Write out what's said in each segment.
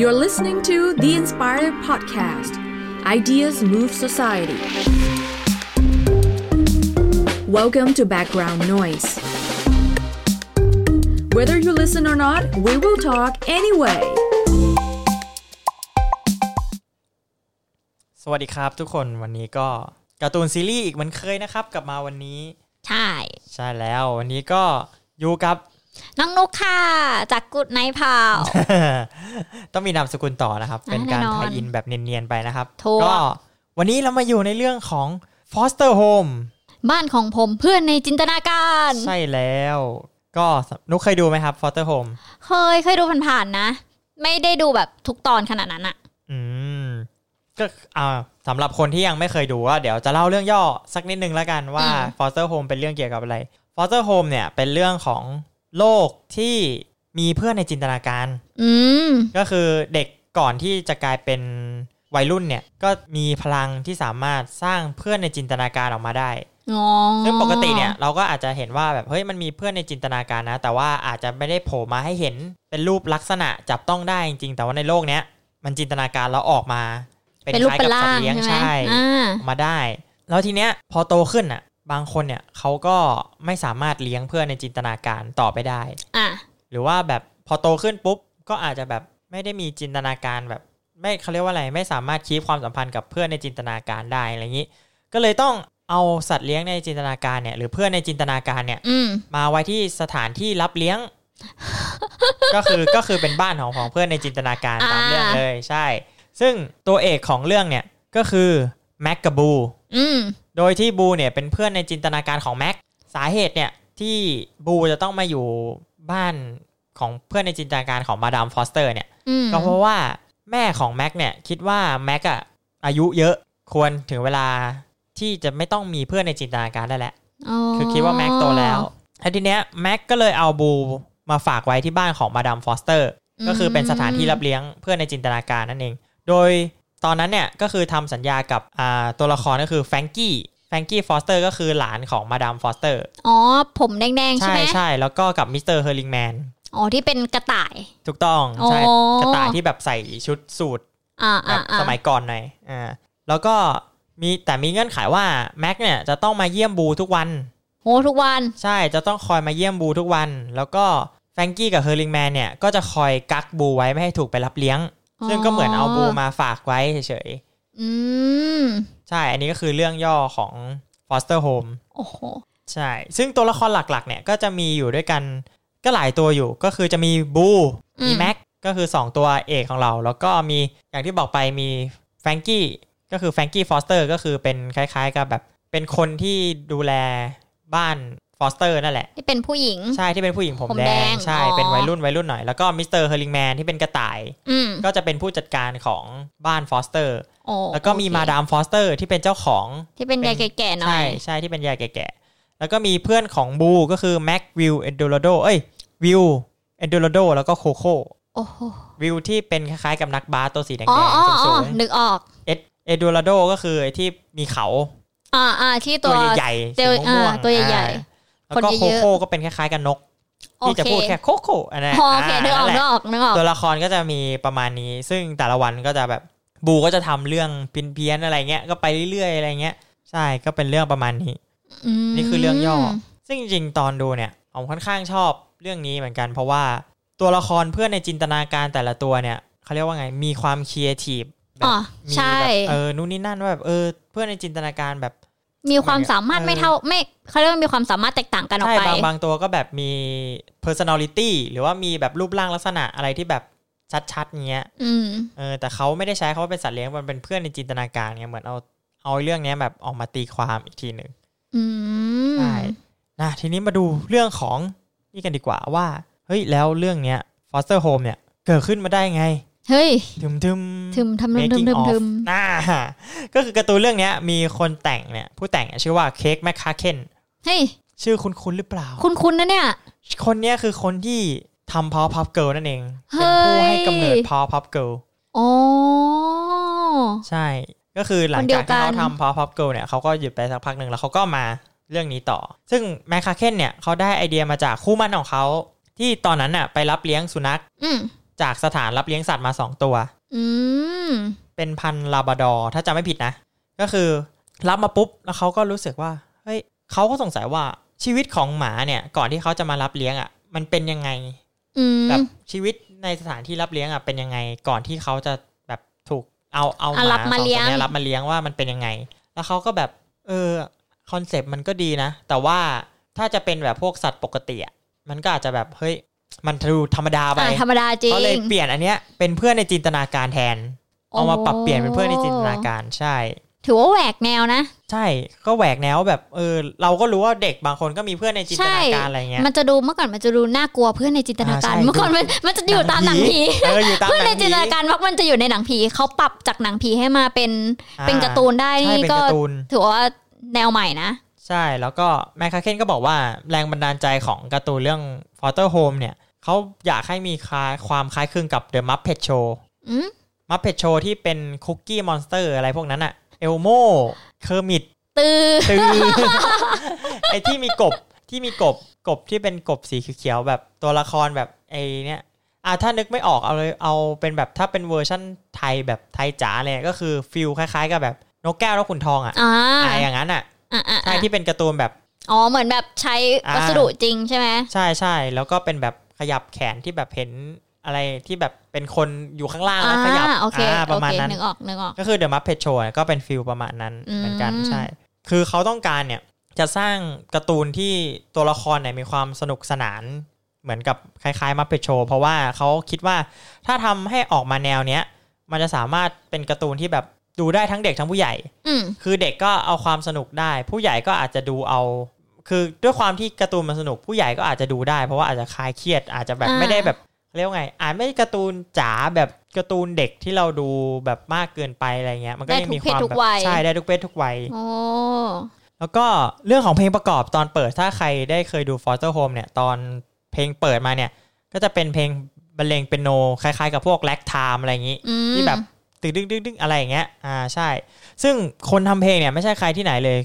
You're listening to The Inspired Podcast Ideas Move Society. Welcome to Background Noise. Whether you listen or not, we will talk anyway. สวัสดีครับทุกคนวันนี้ก็การ์ตูนซีรีส์อีกเหมือนเคยนะครับ กลับมาวันนี้ ใช่ ใช่แล้ววันนี้ก็อยู่กับ น้องนุกค่ะ จากกุดไนท์พาว ต้องมีนามสกุลต่อนะครับ อ่ะ เป็นการ แน่นอน ไทยอินแบบเนียนๆไปนะครับ ถูก ก็วันนี้เรามาอยู่ในเรื่องของ Foster Home บ้านของผมเพื่อนในจินตนาการ ใช่แล้ว ก็นุกเคยดูไหมครับ Foster Home เคยเคยดูผ่านๆนะ ไม่ได้ดูแบบทุกตอนขนาดนั้นอะ อืมก็อ่าสำหรับคนที่ยังไม่เคยดูก็เดี๋ยวจะเล่าเรื่องย่อสักนิดนึงแล้วกันว่า Foster Home เป็นเรื่องเกี่ยวกับอะไร Foster Home เนี่ยเป็นเรื่องของโลกที่มีเพื่อนในจินตนาการ อืม ก็คือเด็กก่อนที่จะกลายเป็นวัยรุ่นเนี่ยก็มีพลังที่สามารถสร้างเพื่อนในจินตนาการออกมาได้ งอ ซึ่งปกติเนี่ยเราก็อาจจะเห็นว่าแบบเฮ้ยมันมีเพื่อนในจินตนาการนะ แต่ว่าอาจจะไม่ได้โผล่มาให้เห็นเป็นรูปลักษณะจับต้องได้จริงๆ แต่ว่าในโลกเนี้ยมันจินตนาการเราออกมาเป็น เป็น ค รูป ล้าย เป็ กันบสัต ร่าง ว์เลี้ยง ใช่ไหม ใช่ อ่า ออกมาได้ แล้วทีเนี้ยพอโตขึ้นอ่ะบางคนเนี่ยเขาก็ไม่สามารถเลี้ยงเพื่อนในจินตนาการต่อไปได้ อ่ะ หรือว่าแบบพอโตขึ้นปุ๊บก็อาจจะแบบไม่ได้มีจินตนาการแบบ ไม่เขาเรียกว่าอะไรไม่สามารถคีบความสัมพันธ์กับเพื่อนในจินตนาการได้อะไรอย่างนี้ ก็เลยต้องเอาสัตว์เลี้ยงในจินตนาการเนี่ยหรือเพื่อนในจินตนาการเนี่ย อืม มาไว้ที่สถานที่รับเลี้ยง ก็คือก็คือเป็นบ้านของของเพื่อนในจินตนาการตาม อ่า เรื่องเลยใช่ ซึ่งตัวเอกของเรื่องเนี่ยก็คือแม็กกับบู อืม โดยที่บูเนี่ยเป็นเพื่อนในจินตนาการของแม็ก สาเหตุเนี่ยที่บูจะต้องมาอยู่บ้านของเพื่อนในจินตนาการของมาดามฟอสเตอร์เนี่ย อืม ก็เพราะว่าแม่ของแม็กเนี่ยคิดว่าแม็กอะอายุเยอะควรถึงเวลาที่จะไม่ต้องมีเพื่อนในจินตนาการได้แล้ว คือคิดว่าแม็กโตแล้วแล้วทีเนี้ยแม็กก็เลยเอาบูมาฝากไว้ที่บ้านของมาดามฟอสเตอร์ ก็คือเป็นสถานที่รับเลี้ยงเพื่อนในจินตนาการนั่นเอง โดยตอนนั้นเนี่ยก็คือทำสัญญากับอ่าตัวละครก็คือแฟรงกี้แฟรงกี้ฟอสเตอร์ก็คือหลานของมาดามฟอสเตอร์ อ๋อ ผมแดงๆใช่ ใช่ ไหม ใช่แล้วก็กับมิสเตอร์เฮอร์ลิงแมน อ๋อ ที่เป็นกระต่าย ถูกต้องใช่ อ๋อ กระต่ายที่แบบใส่ชุดสูท อ่า แบ อ่า บ อ่า สมัยก่อนหน่อยอ่าแล้วก็มีแต่มีเงื่อนไขว่าแม็กเนี่ยจะต้องมาเยี่ยมบูทุกวัน โหทุกวัน ใช่จะต้องคอยมาเยี่ยมบูทุกวัน แล้วก็แฟรงกี้กับเฮอร์ลิงแมนเนี่ยก็จะคอยกักบูไว้ไม่ให้ถูกไปรับเลี้ยง ซึ่งก็เหมือนเอาบูมาฝากไว้เฉยๆ อืม ใช่ อันนี้ก็คือเรื่องย่อของ Foster Home โอ้โห ใช่ ซึ่งตัวละครหลักๆ เนี่ยก็จะมีอยู่ด้วยกันก็หลายตัวอยู่ ก็คือจะมีบู อืม มีแม็ก ก็คือ 2 ตัวเอกของเรา แล้วก็มีอย่างที่บอกไปมีแฟรงกี้ ก็คือแฟรงกี้ฟอสเตอร์ก็คือเป็นคล้ายๆ กับแบบ เป็นคนที่ดูแลบ้านฟอสเตอร์นั่นแหละ ที่เป็นผู้หญิง ใช่ที่เป็นผู้หญิงผม ผม แด แด ง ง ใช่ อ๋อ เป็นวัยรุ่นวัยรุ่นหน่อย แล้วก็มิสเตอร์เฮอร์ลิงแมนที่เป็นกระต่าย อืม ก็จะเป็นผู้จัดการของบ้านฟอสเตอร์ โอ้ แล้วก็มี โอเค มาดามฟอสเตอร์ที่เป็นเจ้าของ ที่เป็นยายแก่ๆหน่อ ใช่ ย ใช่ที่เป็นยายแก่ๆ แล้วก็มีเพื่อนของบูก็คือแม็กวิลเอนโดโลโดเอ้ยวิลเอนโดโลโดแล้วก็โคโค่ โอ้โห วิลที่เป็นคล้ายๆกับนักบาสตัวสีแดง อ๋ออ๋อ ๆ อ๋ สู อง นึกออก ๆเอ็ดเอนโดโลโดก็คือไอ้ที่มีเขา อ่าอ่าที่ ตั ตัว ว ใหญ่ๆ เจ สี อ ม่วง อ่าตัวใหญ่ๆ อ่าแล้วก็ คน โค เยอะๆ โค่ก็เป็นคล้ายๆกับนก โอ ที่ เค จะพูดแค่โคโค่อันนั้น พอโอเคนึกอ นั่ อก นแห นึ ละ กออกนึกออก ตัวละครก็จะมีประมาณนี้ ซึ่งแต่ละวันก็จะแบบบูก็จะทำเรื่องเพี้ยนๆอะไรเงี้ยก็ไปเรื่อยๆอะไรเงี้ยใช่ก็เป็นเรื่องประมาณนี้ ม นี่คือเรื่องย่อ ซึ่งจริงๆ ตอนดูเนี่ยผมค่อนข้างชอบเรื่องนี้เหมือนกัน เพราะว่าตัวละครเพื่อนในจินตนาการแต่ละตัวเนี่ยเขาเรียกว่าไง มีความครีเอทีฟแบบ อ๋อ มี ใช่ แบบเออนู่นนี่นั่นว่าแบบเออเพื่อนในจินตนาการแบบ มีความสามารถ เออ ไม่เท่าไม่เขาเรียกว่ามีความสามารถแตกต่างกันออก ใช่ ไป บางบางตัวก็แบบมี personality หรือว่ามีแบบรูปร่างลักษณะอะไรที่แบบชัดๆเงี้ย อืม เออแต่เขาไม่ได้ใช้เขาเป็นสัตว์เลี้ยงมันเป็นเพื่อนในจินตนาการเงี้ยเหมือนเอาเอาเรื่องเนี้ยแบบออกมาตีความอีกทีหนึ่ง อืม ใช่นะทีนี้มาดูเรื่องของนี่กันดีกว่าว่า เฮ้ย แล้วเรื่องเนี้ย foster home เนี่ย เกิดขึ้นมาได้ไง เฮ้ย ถึมถึม ถึมทำทึมทึม making ทึม of ทึม น่าก็คือการ์ตูนเรื่องเนี้ย มีคนแต่งเนี่ย ผู้แต่งเนี่ยชื่อว่าเค้กแมคคาเคน เฮ้ย ชื่อคุณคุณหรือเปล่า คุณคุณนะเนี่ย คนเนี้ยคือคนที่ทำพอพับเกิลนั่นเอง เฮ้ เป็นผู้ยให้กำเนิดพอพับเกิล อ๋อ ใช่ ก็คือหลัง คนเดี จาย ก วกั ที่ น เขาทำพอพับเกิลเนี่ยเขาก็หยุดไปสักพักหนึ่งแล้วเขาก็มาเรื่องนี้ต่อ ซึ่งแมคคาเคนเนี่ยเขาได้ไอเดียมาจากคู่หมั่นของเขาที่ตอนนั้นน่ะไปรับเลี้ยงสุนัข อืม จากสถานรับเลี้ยงสัตว์มาสองตัว อืม เป็นพันธุ์ลาบราดอร์ถ้าจำไม่ผิดนะ ก็คือรับมาปุ๊บ แล้วเขาก็รู้สึกว่า เฮ้ยเขาก็สงสัยว่าชีวิตของหมาเนี่ย ก่อนที่เขาจะมารับเลี้ยงอะ่ะ มันเป็นยังไง อืม แบบชีวิตในสถานที่รับเลี้ยงอ่ะเป็นยังไง ก่อนที่เขาจะแบบถูกเอาเอาห ะ มา รับมา สอง เลี้ยง ตัวนี้รับมาเลี้ยงว่ามันเป็นยังไง แล้วเขาก็แบบ เออคอนเซปต์มันก็ดีนะ แต่ว่าถ้าจะเป็นแบบพวกสัตว์ปกติอะมันก็อาจจะแบบเฮ้ยมันดูธรรมดาไป อ่ะธรรมดาจริง เขาเลยเปลี่ยนอันเนี้ยเป็นเพื่อนในจินตนาการแทน เอามาปรับเปลี่ยนเป็นเพื่อนในจินตนาการใช่ ถือว่าแหวกแนวนะ ใช่ก็แหวกแนวแบบเออเราก็รู้ว่าเด็กบางคนก็มีเพื่อนในจินตนาการอะไรเงี้ย มันจะดูเมื่อก่อนมันจะดูน่ากลัวเพื่อนในจินตนาการ อ่าใช่ เมื่อก่อนมันมันจะอยู่ตามหนังผี เอออยู่ตาม เพื่อน ห ใน งผี จินตนาการมักมันจะอยู่ในหนังผีเขาปรับจากหนังผีให้มาเป็น อ่ เป็นการ์ตูนได้ ใช่ นี่ เป็น ก็ การ์ตูน ถือว่าแนวใหม่นะ ใช่ แล้วก็แมคคาเคนก็บอกว่าแรงบันดาลใจของการ์ตูนเรื่อง f o t e r Home เนี่ยเขาอยากให้มีคล้ายความคล้ายคลึงกับ The Muppet Show อืม Muppet Show ที่เป็นคุกกี้มอนสเตอร์อะไรพวกนั้นอะเอลโมเคอร์มิด ตือ ตือ ไอที่มีกบที่มีกบกบที่เป็นกบสีเขียวๆแบบตัวละครแบบไอเนี่ยอ่ะถ้านึกไม่ออกเอาเลยเอาเป็นแบบถ้าเป็นเวอร์ชั่นไทยแบบไทยจ๋าเลยก็คือฟิลคล้ายๆ กับแบบนกแก้วแล้วขุนทองอะ อ่า อ่ะอย่างนั้นอะ อ่าอ่า ใช่ที่เป็นการ์ตูนแบบ อ๋อเหมือนแบบใช้ อ่า วัสดุจริงใช่ไหม ใช่ใช่แล้วก็เป็นแบบขยับแขนที่แบบเห็นอะไรที่แบบเป็นคนอยู่ข้างล่างแล้วขยับ โอเค อ่าประมาณ โอเค นั้น นึกออกนึกออก ก็คือเดอะมั p เพ t โชว์ก็เป็นฟิลประมาณนั้น อืม เหมือนกันใช่ คือเขาต้องการเนี่ยจะสร้างการ์ตูนที่ตัวละครเนี่ยมีความสนุกสนาน เหมือนกับคล้ายๆมั p เพ t โชว์เพราะว่าเขาคิดว่าถ้าทำให้ออกมาแนวเนี้ย มันจะสามารถเป็นการ์ตูนที่แบบดูได้ทั้งเด็กทั้งผู้ใหญ่ อืม คือเด็กก็เอาความสนุกได้ ผู้ใหญ่ก็อาจจะดูเอา คือด้วยความที่การ์ตูนมันสนุก ผู้ใหญ่ก็อาจจะดูได้ เพราะว่าอาจจะคลายเครียดอาจจะแบบ อ่า ไม่ได้แบบเรียกว่าไงอาจไม่ได้การ์ตูนจ๋าแบบการ์ตูนเด็กที่เราดูแบบมากเกินไปอะไรเงี้ยมันก็ ได้ ยัง ทุ มี ก ค เพศ วาม ทุก แบบ วัย ใช่ได้ทุกเพศทุกวัย โอ้ แล้วก็เรื่องของเพลงประกอบตอนเปิดถ้าใครได้เคยดู Foster Home เนี่ยตอนเพลงเปิดมาเนี่ย ก็จะเป็นเพลงบรรเลงเปียโนคล้ายๆ กับพวกแล็กไทม์อะไรอย่างนี้ อืม ที่แบบตึกดึกดึกดึกอะไรอย่างเงี้ย อ่าใช่ ซึ่งคนทำเพลงเนี่ยไม่ใช่ใครที่ไหนเลย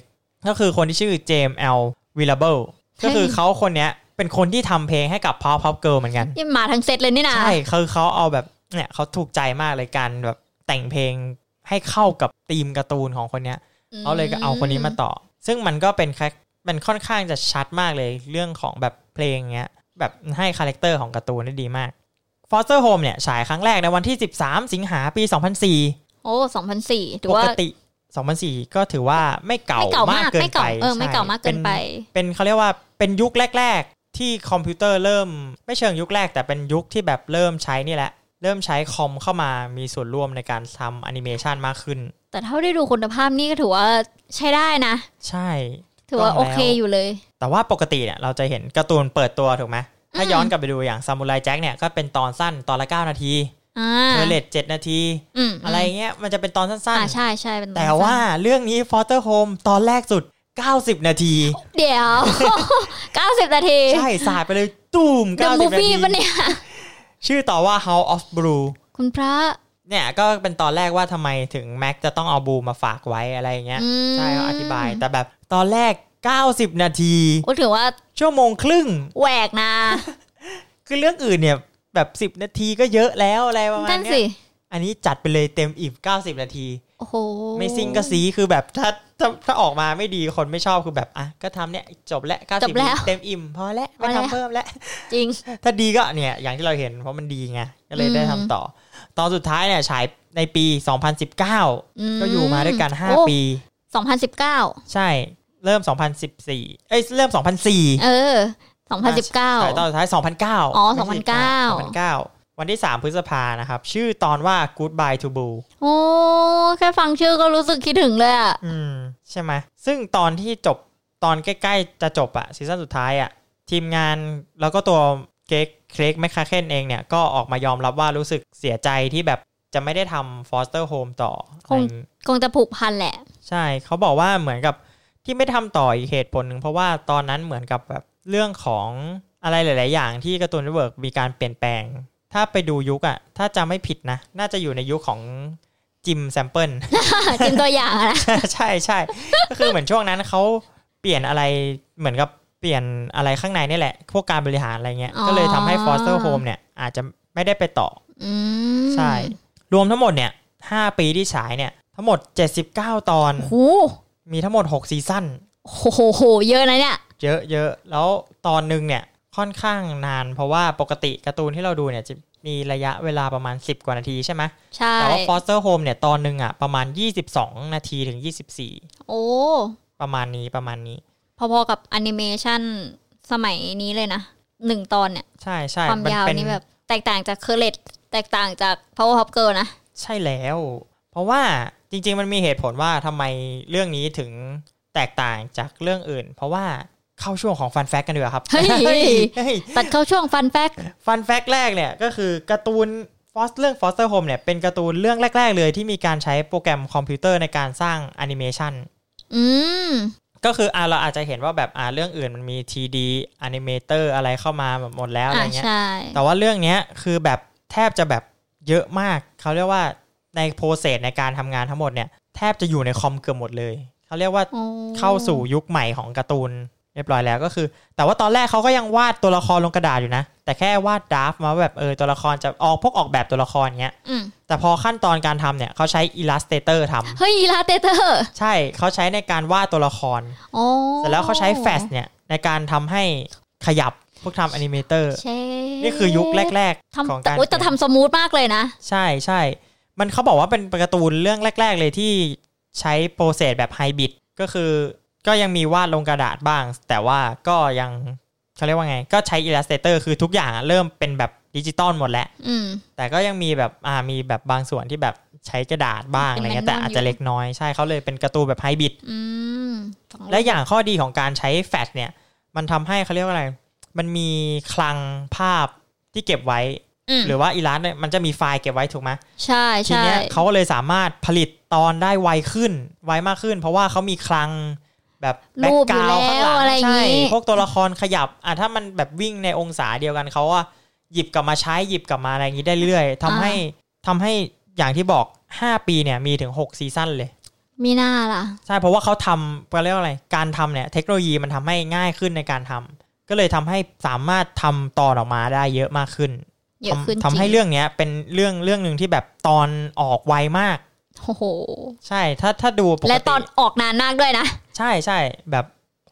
ก็คือคนที่ชื่อเจมส์แอลวิลเบิลก็คือเขาคนเนี้ยเป็นคนที่ทำเพลงให้กับพ o พ p เกิลเหมือนกัน นี่มาทั้งเซตเลยนี่นะ ใช่คือเขาเอาแบบเนี่ยเขาถูกใจมากเลยการแบบแต่งเพลงให้เข้ากับธีมการ์ตูนของคนเนี้ย ม เขาเลยก็เอาคนนี้มาต่อ ซึ่งมันก็เป็นแค่มันค่อนข้างจะชัดมากเลยเรื่องของแบบเพลงเงี้ย แบบให้คาแรคเตอร์ของการ์ตูนได้ดีมาก Foster Home เนี่ยฉายครั้งแรกในวันที่ 13 สิงหาปี 2004 โอ้สองพันสี่ถือ ป ว่าก ติ 2004 ก็ถือว่าไม่เก่า ไม่เก่าามมาก ก เกิน ไม่ ไป เก่าเออไม่ ใช่ เก่ามากเกินไป เป็นเขาเรียกว่าเป็นยุคแรก ๆ ที่คอมพิวเตอร์เริ่มไม่เชิงยุคแรก แต่เป็นยุคที่แบบเริ่มใช้นี่แหละ เริ่มใช้คอมเข้ามามีส่วนร่วมในการทำแอนิเมชันมากขึ้น แต่เท่าได้ดูคุณภาพนี่ก็ถือว่าใช้ได้นะ ใช่ ถือว่า ต้ โอ องแล้ว เคอยู่เลย แต่ว่าปกติเนี่ยเราจะเห็นการ์ตูนเปิดตัวถูกไหมถ้า อืม ย้อนกลับไปดูอย่างซามูไรแจ็คเนี่ยก็เป็นตอนสั้นตอนละ 9 นาที อ่า เทเลตเจ็ดนาที อืม อะไรเงี้ยมันจะเป็นตอนสั้น อ่าใช่ใช่เป็น ๆ อน แต่ว่าเรื่องนี้ Foster Home ตอนแรกสุด 90 นาที สั้นเดี๋ยว 90 นาที ใช่ สายไปเลยตูม เดอะ90มูนาที ฟี่ปะเนี่ย ชื่อต่อว่า House of Blue คุณพระ เนี่ยก็เป็นตอนแรกว่าทำไมถึงแม็กจะต้องเอาบลูมาฝากไว้อะไรเงี้ย อืม ใช่เขาอธิบายแต่แบบตอนแรก 90 นาที ก็ถือว่า ชั่วโมงครึ่ง แหวกนะ คือเรื่องอื่นเนี่ยแบบสิบ10 นาทีก็เยอะแล้วอะไรประมาณ นั่น เนี้ สิ ยอันนี้จัดไปเลยเต็มอิ่ม90 นาที โอ้โห ไม่ซิงก็ซีคือแบบถ้าถ้าถ้าออกมาไม่ดีคนไม่ชอบคือแบบอ่ะก็ทำเนี่ยจบแล้ว90นาทีเต็มอิ่มพอแล้วไม่ทำเพิ่มแล้ว จริง ถ้าดีก็เนี่ยอย่างที่เราเห็นเพราะมันดีไงก็เลยได้ อืม ทำต่อ ตอนสุดท้ายเนี่ยฉายในปี 2019 ม ก็อยู่มาด้วยกัน โอ้ 5 ปี 2019 ใช่เริ่ม 2014 เอ้ยเริ่ม 2004 เออ ใช่ตอน 2019 สุดท้าย 2009 อ๋อ ไม่ใช่ 2009 2009 วันที่ 3 พฤษภานะครับ ชื่อตอนว่า Goodbye to Blue โอ้แค่ฟังชื่อก็รู้สึกคิดถึงเลยอะ อืม ใช่ไหม ซึ่งตอนที่จบตอนใกล้ ๆ จะจบอะซีซั่นสุดท้ายอะทีมงานแล้วก็ตัวเก๊กเครกแมคคาเคนเองเนี่ย ก็ออกมายอมรับว่ารู้สึกเสียใจที่แบบจะไม่ได้ทำ Foster Home ต่ออะไรอย่างงี้ คงจะผูกพันแหละ ใช่เขาบอกว่าเหมือนกับที่ไม่ทำต่ออีกเหตุผลหนึ่งเพราะว่าตอนนั้นเหมือนกับแบบเรื่องของอะไรหลาย ๆ อย่างที่การ์ตูนเน็ตเวิร์กมีการเปลี่ยนแปลง ถ้าไปดูยุคอะถ้าจำไม่ผิดนะ น่าจะอยู่ในยุคของจิมแซมเปิล จินตัวอย่างอะนะ ใช่ใช่ก็คือเหมือนช่วงนั้นเขาเปลี่ยนอะไรเหมือนกับเปลี่ยนอะไรข้างในนี่แหละ พวกการบริหารอะไรเงี้ย อ๋อ ก็เลยทำให้ Foster Home เนี่ยอาจจะ ไม่ได้ไปต่อ อืม ใช่ รวมทั้งหมดเนี่ยห้าปีที่ฉายเนี่ย ทั้งหมด 79 ตอน โห มีทั้งหมด 6 ซีซั่น โหโหโหเยอะนะเนี่ย เยอะเยอะแล้วตอนหนึ่งเนี่ยค่อนข้างนาน เพราะว่าปกติการ์ตูนที่เราดูเนี่ยจะมีระยะเวลาประมาณ 10 กว่านาทีใช่ไหม ใช่ แต่ว่า Foster Home เนี่ยตอนหนึ่งอ่ะประมาณ 22 นาทีถึง 24 โอ้ ประมาณนี้ประมาณนี้ พอๆกับแอนิเมชันสมัยนี้เลยนะหนึ่งตอนเนี่ย ใช่ใช่ ความ น ยาว เป็น นี่แบบ แตกต่างจากเคอร์เลตแตกต่างจาก Powerpuff Girl นะ ใช่แล้ว เพราะว่าจริง ๆ มันมีเหตุผลว่าทำไมเรื่องนี้ถึงแตกต่างจากเรื่องอื่น เพราะว่าเข้าช่วงของฟันแฟกกันดีกว่าครับ เฮ้ย เฮ้ย ตัดเข้าช่วงฟันแฟก ฟันแฟกต์แรกเนี่ยก็คือการ์ตูนฟอสเรื่อง Foster Home เนี่ยเป็นการ์ตูนเรื่องแรก ๆ เลยที่มีการใช้โปรแกรมคอมพิวเตอร์ในการสร้างแอนิเมชัน อืม ก็คืออ่ะเราอาจจะเห็นว่าแบบอ่ะเรื่องอื่นมันมี 3D แอนิเมเตอร์อะไรเข้ามาแบบหมดแล้วอะไร อ่า เงี้ย ใช่ แต่ว่าเรื่องเนี้ยคือแบบแทบจะแบบเยอะมาก เขาเรียกว่าในโปรเซสในการทำงานทั้งหมดเนี่ยแทบจะอยู่ในคอมเกือบหมดเลย เขาเรียกว่า โอ้ เข้าสู่ยุคใหม่ของการ์ตูนเรียบร้อยแล้วก็คือ แต่ว่าตอนแรกเขาก็ยังวาดตัวละครลงกระดาษอยู่นะ แต่แค่วาดดราฟต์มาว่าแบบเออตัวละครจะออกพวกออกแบบตัวละครเงี้ย อืม แต่พอขั้นตอนการทำเนี่ยเขาใช้ Illustrator ทำ เฮ้ยลาเตเตอร์ ใช่เขาใช้ในการวาดตัวละคร โอ้ เสร็จแล้วเขาใช้แฟชเนี่ยในการทำให้ขยับพวกทำแอนิเมเตอร์ เช่ นี่คือยุคแรก ๆ ของ ทำแต่ การ อุ๊ยแต่ เขียน ทำสมูทมากเลยนะ ใช่ใช่มันเขาบอกว่าเป็นการ์ตูนเรื่องแรก ๆ เลยที่ใช้โปรเซสแบบไฮบริดก็คือก็ยังมีวาดลงกระดาษบ้าง แต่ว่าก็ยังเขาเรียกว่าไง ก็ใช้ Illustrator คือทุกอย่างอะเริ่มเป็นแบบดิจิตอลหมดแล้ว อืม แต่ก็ยังมีแบบอ่ามีแบบบางส่วนที่แบบใช้กระดาษบ้าง เป็น อะไรเงี้ย manual แต่อาจจะเล็กน้อยใช่เขาเลยเป็นการ์ตูนแบบไฮบริด อืมฟัง และอย่างข้อดีของการใช้แฟลชเนี่ย มันทำให้เขาเรียกว่าอะไร มันมีคลังภาพที่เก็บไว้ ม หรือว่าอีลาสเนี่ยมันจะมีไฟล์เก็บไว้ถูกไหม ใช่ ที ใช่ เนี้ยเขาก็เลยสามารถผลิตตอนได้ไวขึ้น ไวมากขึ้น เพราะว่าเขามีคลังแบบแบ็ก รูปอก ยู่ ราวข้าง แล้ ห ว ลัง อะไรอย่าง ใช่ งี้ พวกตัวละครขยับอ่ะถ้ามันแบบวิ่งในองศาเดียวกันเขาว่าหยิบกลับมาใช้หยิบกลับมาอะไรอย่างนี้ได้เรื่อยๆทำให้ทำให้อย่างที่บอก 5 ปีเนี่ยมีถึง 6 ซีซั่นเลย มีหน้าล่ะ ใช่เพราะว่าเขาทำเขาเรียกว่าอะไรการทำเนี่ยเทคโนโลยีมันทำให้ง่ายขึ้นในการทำก็เลยทำให้สามารถทำตอนออกมาได้เยอะมากขึ้น เยอะขึ้น ทำทำให้ จริง เรื่องเนี้ยเป็นเรื่องเรื่องหนึ่งที่แบบตอนออกไวมาก โอ้โห ใช่ ถ้าถ้าดูปกติ และตอนออกนานมากด้วยนะ ใช่ใช่แบบ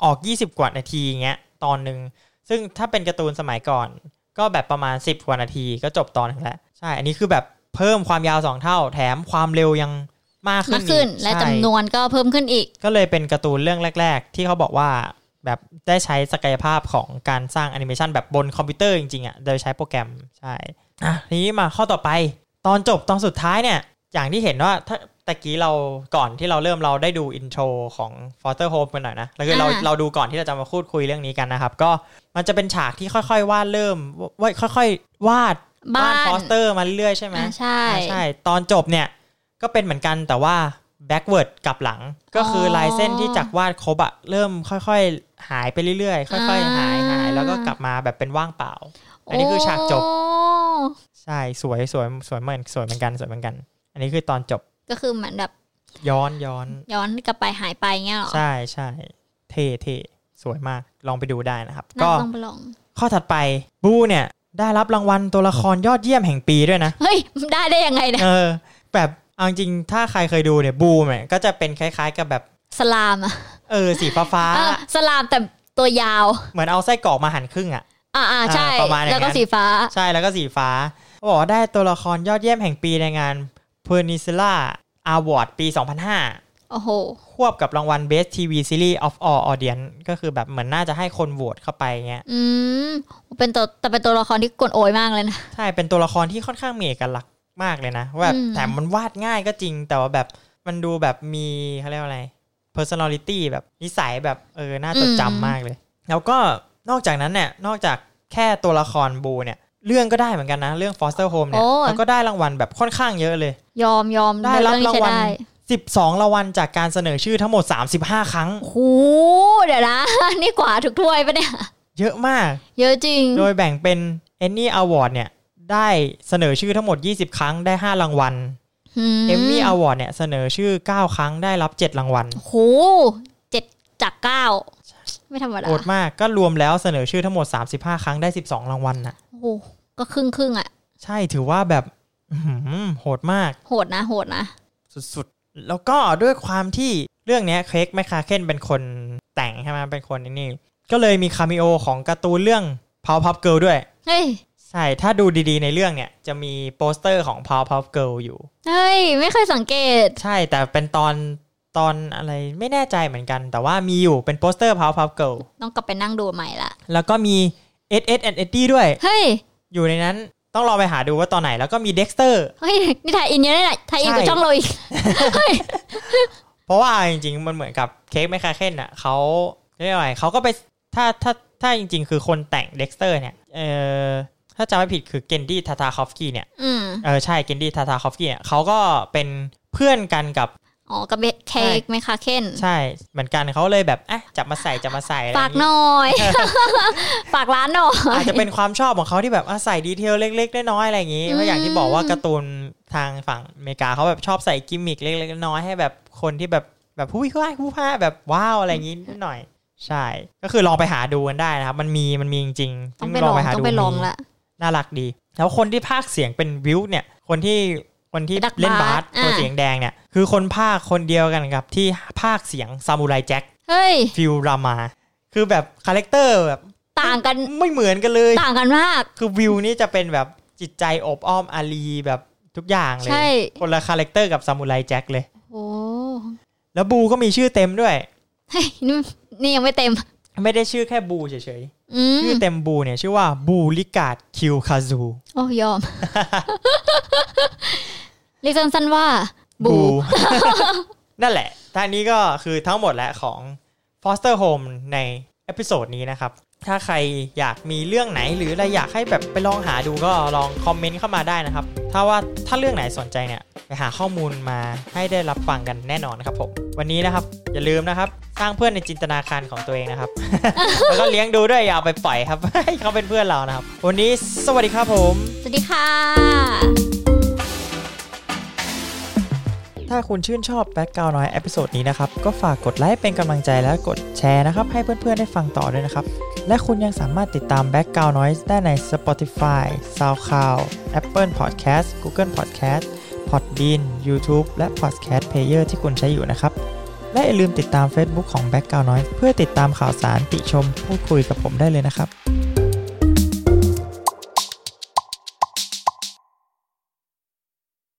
ออก 20 กว่านาทีอย่างเงี้ยตอนหนึ่งซึ่งถ้าเป็นการ์ตูนสมัยก่อน ก็แบบประมาณ 10 กว่านาทีก็จบตอนหนึงแล้วใช่ อันนี้คือแบบเพิ่มความยาว 2 เท่า แถมความเร็วยังมากขึ้ มาน กขึ้น อีก และ ใช่ จำนวนก็เพิ่มขึ้นอีก ก็เลยเป็นการ์ตูนเรื่องแรก ๆ ที่เขาบอกว่าแบบได้ใช้ศักยภาพของการสร้างแอนิเมชันแบบบนคอมพิวเตอร์จริงๆอ่ะโดยใช้โปรแกรมใช่อ่ะทีนี้มาข้อต่อไป ตอนจบตอนสุดท้ายเนี่ย อย่างที่เห็นว่าถ้าตะกี้เราก่อนที่เราเริ่มเราได้ดูอินโทรของ Foster Home กันหน่อยนะแล้วคือเรา อ่า เราดูก่อนที่เราจะมาพูดคุยเรื่องนี้กันนะครับ ก็มันจะเป็นฉากที่ค่อยๆ วาดเริ่มว่าค่อยๆ วาด บ้าน ฟอสเตอร์มาเรื่อยๆใช่ไหม อ่าใช่ อ่าใช่ ตอนจบเนี่ย ก็เป็นเหมือนกันแต่ว่า backward กลับหลัง ก็คือลายเส้นที่จากวาดครบอะเริ่มค่อยๆ หายไปเรื่อยๆ ค่อย ๆ หายหายแล้วก็กลับมาแบบเป็นว่างเปล่า อันนี้คือฉากจบ โอ้ ใช่สวยสวยสวยเหมือนสวยเหมือนกันสวยเหมือนกัน อันนี้คือตอนจบ ก็คือเหมือนแบบ ย้อนย้อน ย้อนกลับไปหายไปเงี้ยเหรอ ใช่ใช่เท่เท่สวยมากลองไปดูได้นะครับ น่า ก็ ลองไปลอง ข้อถัดไปบูเนี่ย ได้รับรางวัลตัวละครยอดเยี่ยมแห่งปีด้วยนะ เฮ้ย ได้ได้ยังไงเนี่ย เออ แบบเอาจริงๆถ้าใครเคยดูเนี่ยบูเนี่ยก็จะเป็นคล้ายๆกับแบบ สลามอ่ะ เออ สีฟ้าฟ้าๆ เออสลามแต่ตัวยาว เหมือนเอาไส้กรอกมาหั่นครึ่งอ่ะ อ่าอ่าใช่ อ่าประมาณอย่างนั้น แล้วก็สีฟ้า ใช่แล้วก็สีฟ้าเขาบอกว่าได้ตัวละครยอดเยี่ยมแห่งปีในงาน Peninsula Award ปี 2005 โอ้โห ควบกับรางวัล Best TV Series of All Audience ก็คือแบบเหมือนน่าจะให้คนโหวตเข้าไปเงี้ย อืม เป็นตัวแต่เป็นตัวละครที่กวนโอยมากเลยนะ ใช่ เป็นตัวละครที่ค่อนข้างมีเอกลักษณ์มากเลยนะ ว่า อืม แต่มันวาดง่ายก็จริง แต่ว่าแบบมันดูแบบมีเขาเรียกว่าอะไร personality แบบนิสัยแบบเออ น่าจดจำมากเลย แล้วก็นอกจากนั้นเนี่ย นอกจากแค่ตัวละครบูเนี่ย เรื่องก็ได้เหมือนกันนะ เรื่อง Foster Home เนี่ย โอ้ แล้วก็ได้รางวัลแบบค่อนข้างเยอะเลย ยอมยอม ได้รับ เอนี้ ราง ใช้ วัล ได้ 12รางวัลจากการเสนอชื่อทั้งหมด 35 ครั้ง โอ้โหเดี๋ยวนะ นี่กว่าถูกถ้วยปะเนี่ย เยอะมาก เยอะจริง โดยแบ่งเป็น Annie Award เนี่ย ได้เสนอชื่อทั้งหมด 20 ครั้งได้ 5 รางวัล เอมมี่อวอร์ดเนี่ยเสนอชื่อ 9 ครั้งได้รับ 7 รางวัล โหเจ็ดจากเก้าไม่ธรรมดา โอดมากก็รวมแล้วเสนอชื่อทั้งหมด 35 ครั้งได้ 12 รางวัลนะ โอ้โหก็ครึ่งครึ่งๆอ่ะ ใช่ถือว่าแบบอื้อหือโหดมาก โหดนะ โหดนะ สุดๆ แล้วก็ด้วยความที่เรื่องเนี้ยเค้กแมคคาเคนเป็นคนแต่งใช่ไหมเป็นคนนี่ ก็เลยมีคาเมิโอของการ์ตูนเรื่อง Powerpuff Girl ด้วย เฮ้ย ใช่ ถ้าดูดีๆในเรื่องเนี่ย จะมีโปสเตอร์ของ Powerpuff Girl อยู่ เฮ้ย ไม่เคยสังเกต ใช่แต่เป็นตอนตอนอะไรไม่แน่ใจเหมือนกัน แต่ว่ามีอยู่เป็นโปสเตอร์ Powerpuff Girl ต้องกลับไปนั่งดูใหม่ละ แล้วก็มี S S and e d d i e ด้วย เฮ้ย อยู่ในนั้นต้องรอไปหาดูว่าตอนไหน แล้วก็มี Dexter เฮ้ย นี่ถ่ายอินเยอะเลยแหละถ่ายอิน ใช่ กับช่องเราอีก เพราะว่าจริงๆ มันเหมือนกับเค้กแมคคาเคนอ่ะเขาเรียกว่าอะไรเขาก็ไปถ้าถ้าถ้าจริงๆ คือคนแต่งเด็กสเตอร์เนี่ยเออถ้าจำไม่ผิดคือเกนดี้ทาทาคอฟสกี้เนี่ย อืม เออใช่เกนดี้ทาทาคอฟสกี้เนี่ยเขาก็เป็นเพื่อนกันกับ อ๋อกับเค้กไหมคะเคน ใช่เหมือนกันเขาเลยแบบอ่ะจับมาใส่จับมาใส่อะไรอ ฝาก ย่าง ห งี้ น่อย ฝากร้านหน่อย อาจจะเป็นความชอบของเขาที่แบบอ่ะใส่ดีเทลเล็กๆน้อยๆอะไรอย่างงี้ อืม เพราะอย่างที่บอกว่าการ์ตูนทางฝั่งอเมริกาเขาแบบชอบใส่กิมมิคเล็กๆน้อยๆให้แบบคนที่แบบแบบผู้พิฆาตผู้พ่าแบบว้าวอะไรอย่างงี้นิดหน่อย ใช่ ก็คือลองไปหาดูกันได้นะครับ มันมีมันมีจริงๆ ต้องไปลองต้องไปลองละ มีน่ารักดี แล้วคนที่พากย์เสียงเป็นวิวเนี่ย คนที่คนที่ ดักบาส เล่นบาส อ่า ตัวเสียงแดงเนี่ย คือคนพากย์คนเดียวกันกับที่พากย์เสียงซามูไรแจ็ค เฮ้ย ฟิลรามา คือแบบคาแรคเตอร์แบบ ต่างกัน ไม่เหมือนกันเลย ต่างกันมาก คือวิวนี่จะเป็นแบบจิตใจอบอ้อมอารีแบบทุกอย่างเลย ใช่ คนละคาแรคเตอร์กับซามูไรแจ็คเลย โอ้ แล้วบูก็มีชื่อเต็มด้วย เฮ้ยนี่นี่ยังไม่เต็ม ไม่ได้ชื่อแค่บูเฉยๆ อืม ชื่อเต็มบูเนี่ยชื่อว่าบูลิกาดคิวคาซู โอ้ย อม เรียกสั้นๆว่า บู นั่นแหละท่านี้ก็คือทั้งหมดแหละของ Foster Home ในเอพิโซดนี้นะครับ ถ้าใครอยากมีเรื่องไหนหรืออะไรอยากให้แบบไปลองหาดูก็ลองคอมเมนต์เข้ามาได้นะครับ ถ้าว่าถ้าเรื่องไหนสนใจเนี่ย ไปหาข้อมูลมาให้ได้รับฟังกันแน่นอนครับผมวันนี้นะครับ อย่าลืมนะครับ สร้างเพื่อนในจินตนาการของตัวเองนะครับ แล้วก็เลี้ยงดูด้วยอย่าเอาไปปล่อยครับ ให้เขาเป็นเพื่อนเรานะครับ วันนี้สวัสดีครับผม สวัสดีค่ะ ถ้าคุณชื่นชอบแบ็กกราวน้อยเอพิโซดนี้นะครับ ก็ฝากกดไลค์เป็นกำลังใจและกดแชร์นะครับ ให้เพื่อนๆได้ฟังต่อด้วยนะครับ และคุณยังสามารถติดตามแบ็กกราวน้อยได้ใน Spotify, SoundCloud, Apple Podcast, Google Podcast, Podbean, YouTube และ Podcast Player ที่คุณใช้อยู่นะครับ และอย่าลืมติดตาม Facebook ของ b a c k g r o u n d Noise เพื่อติดตามข่าวสารติชมพูดคุยกับผมได้เลยนะครับ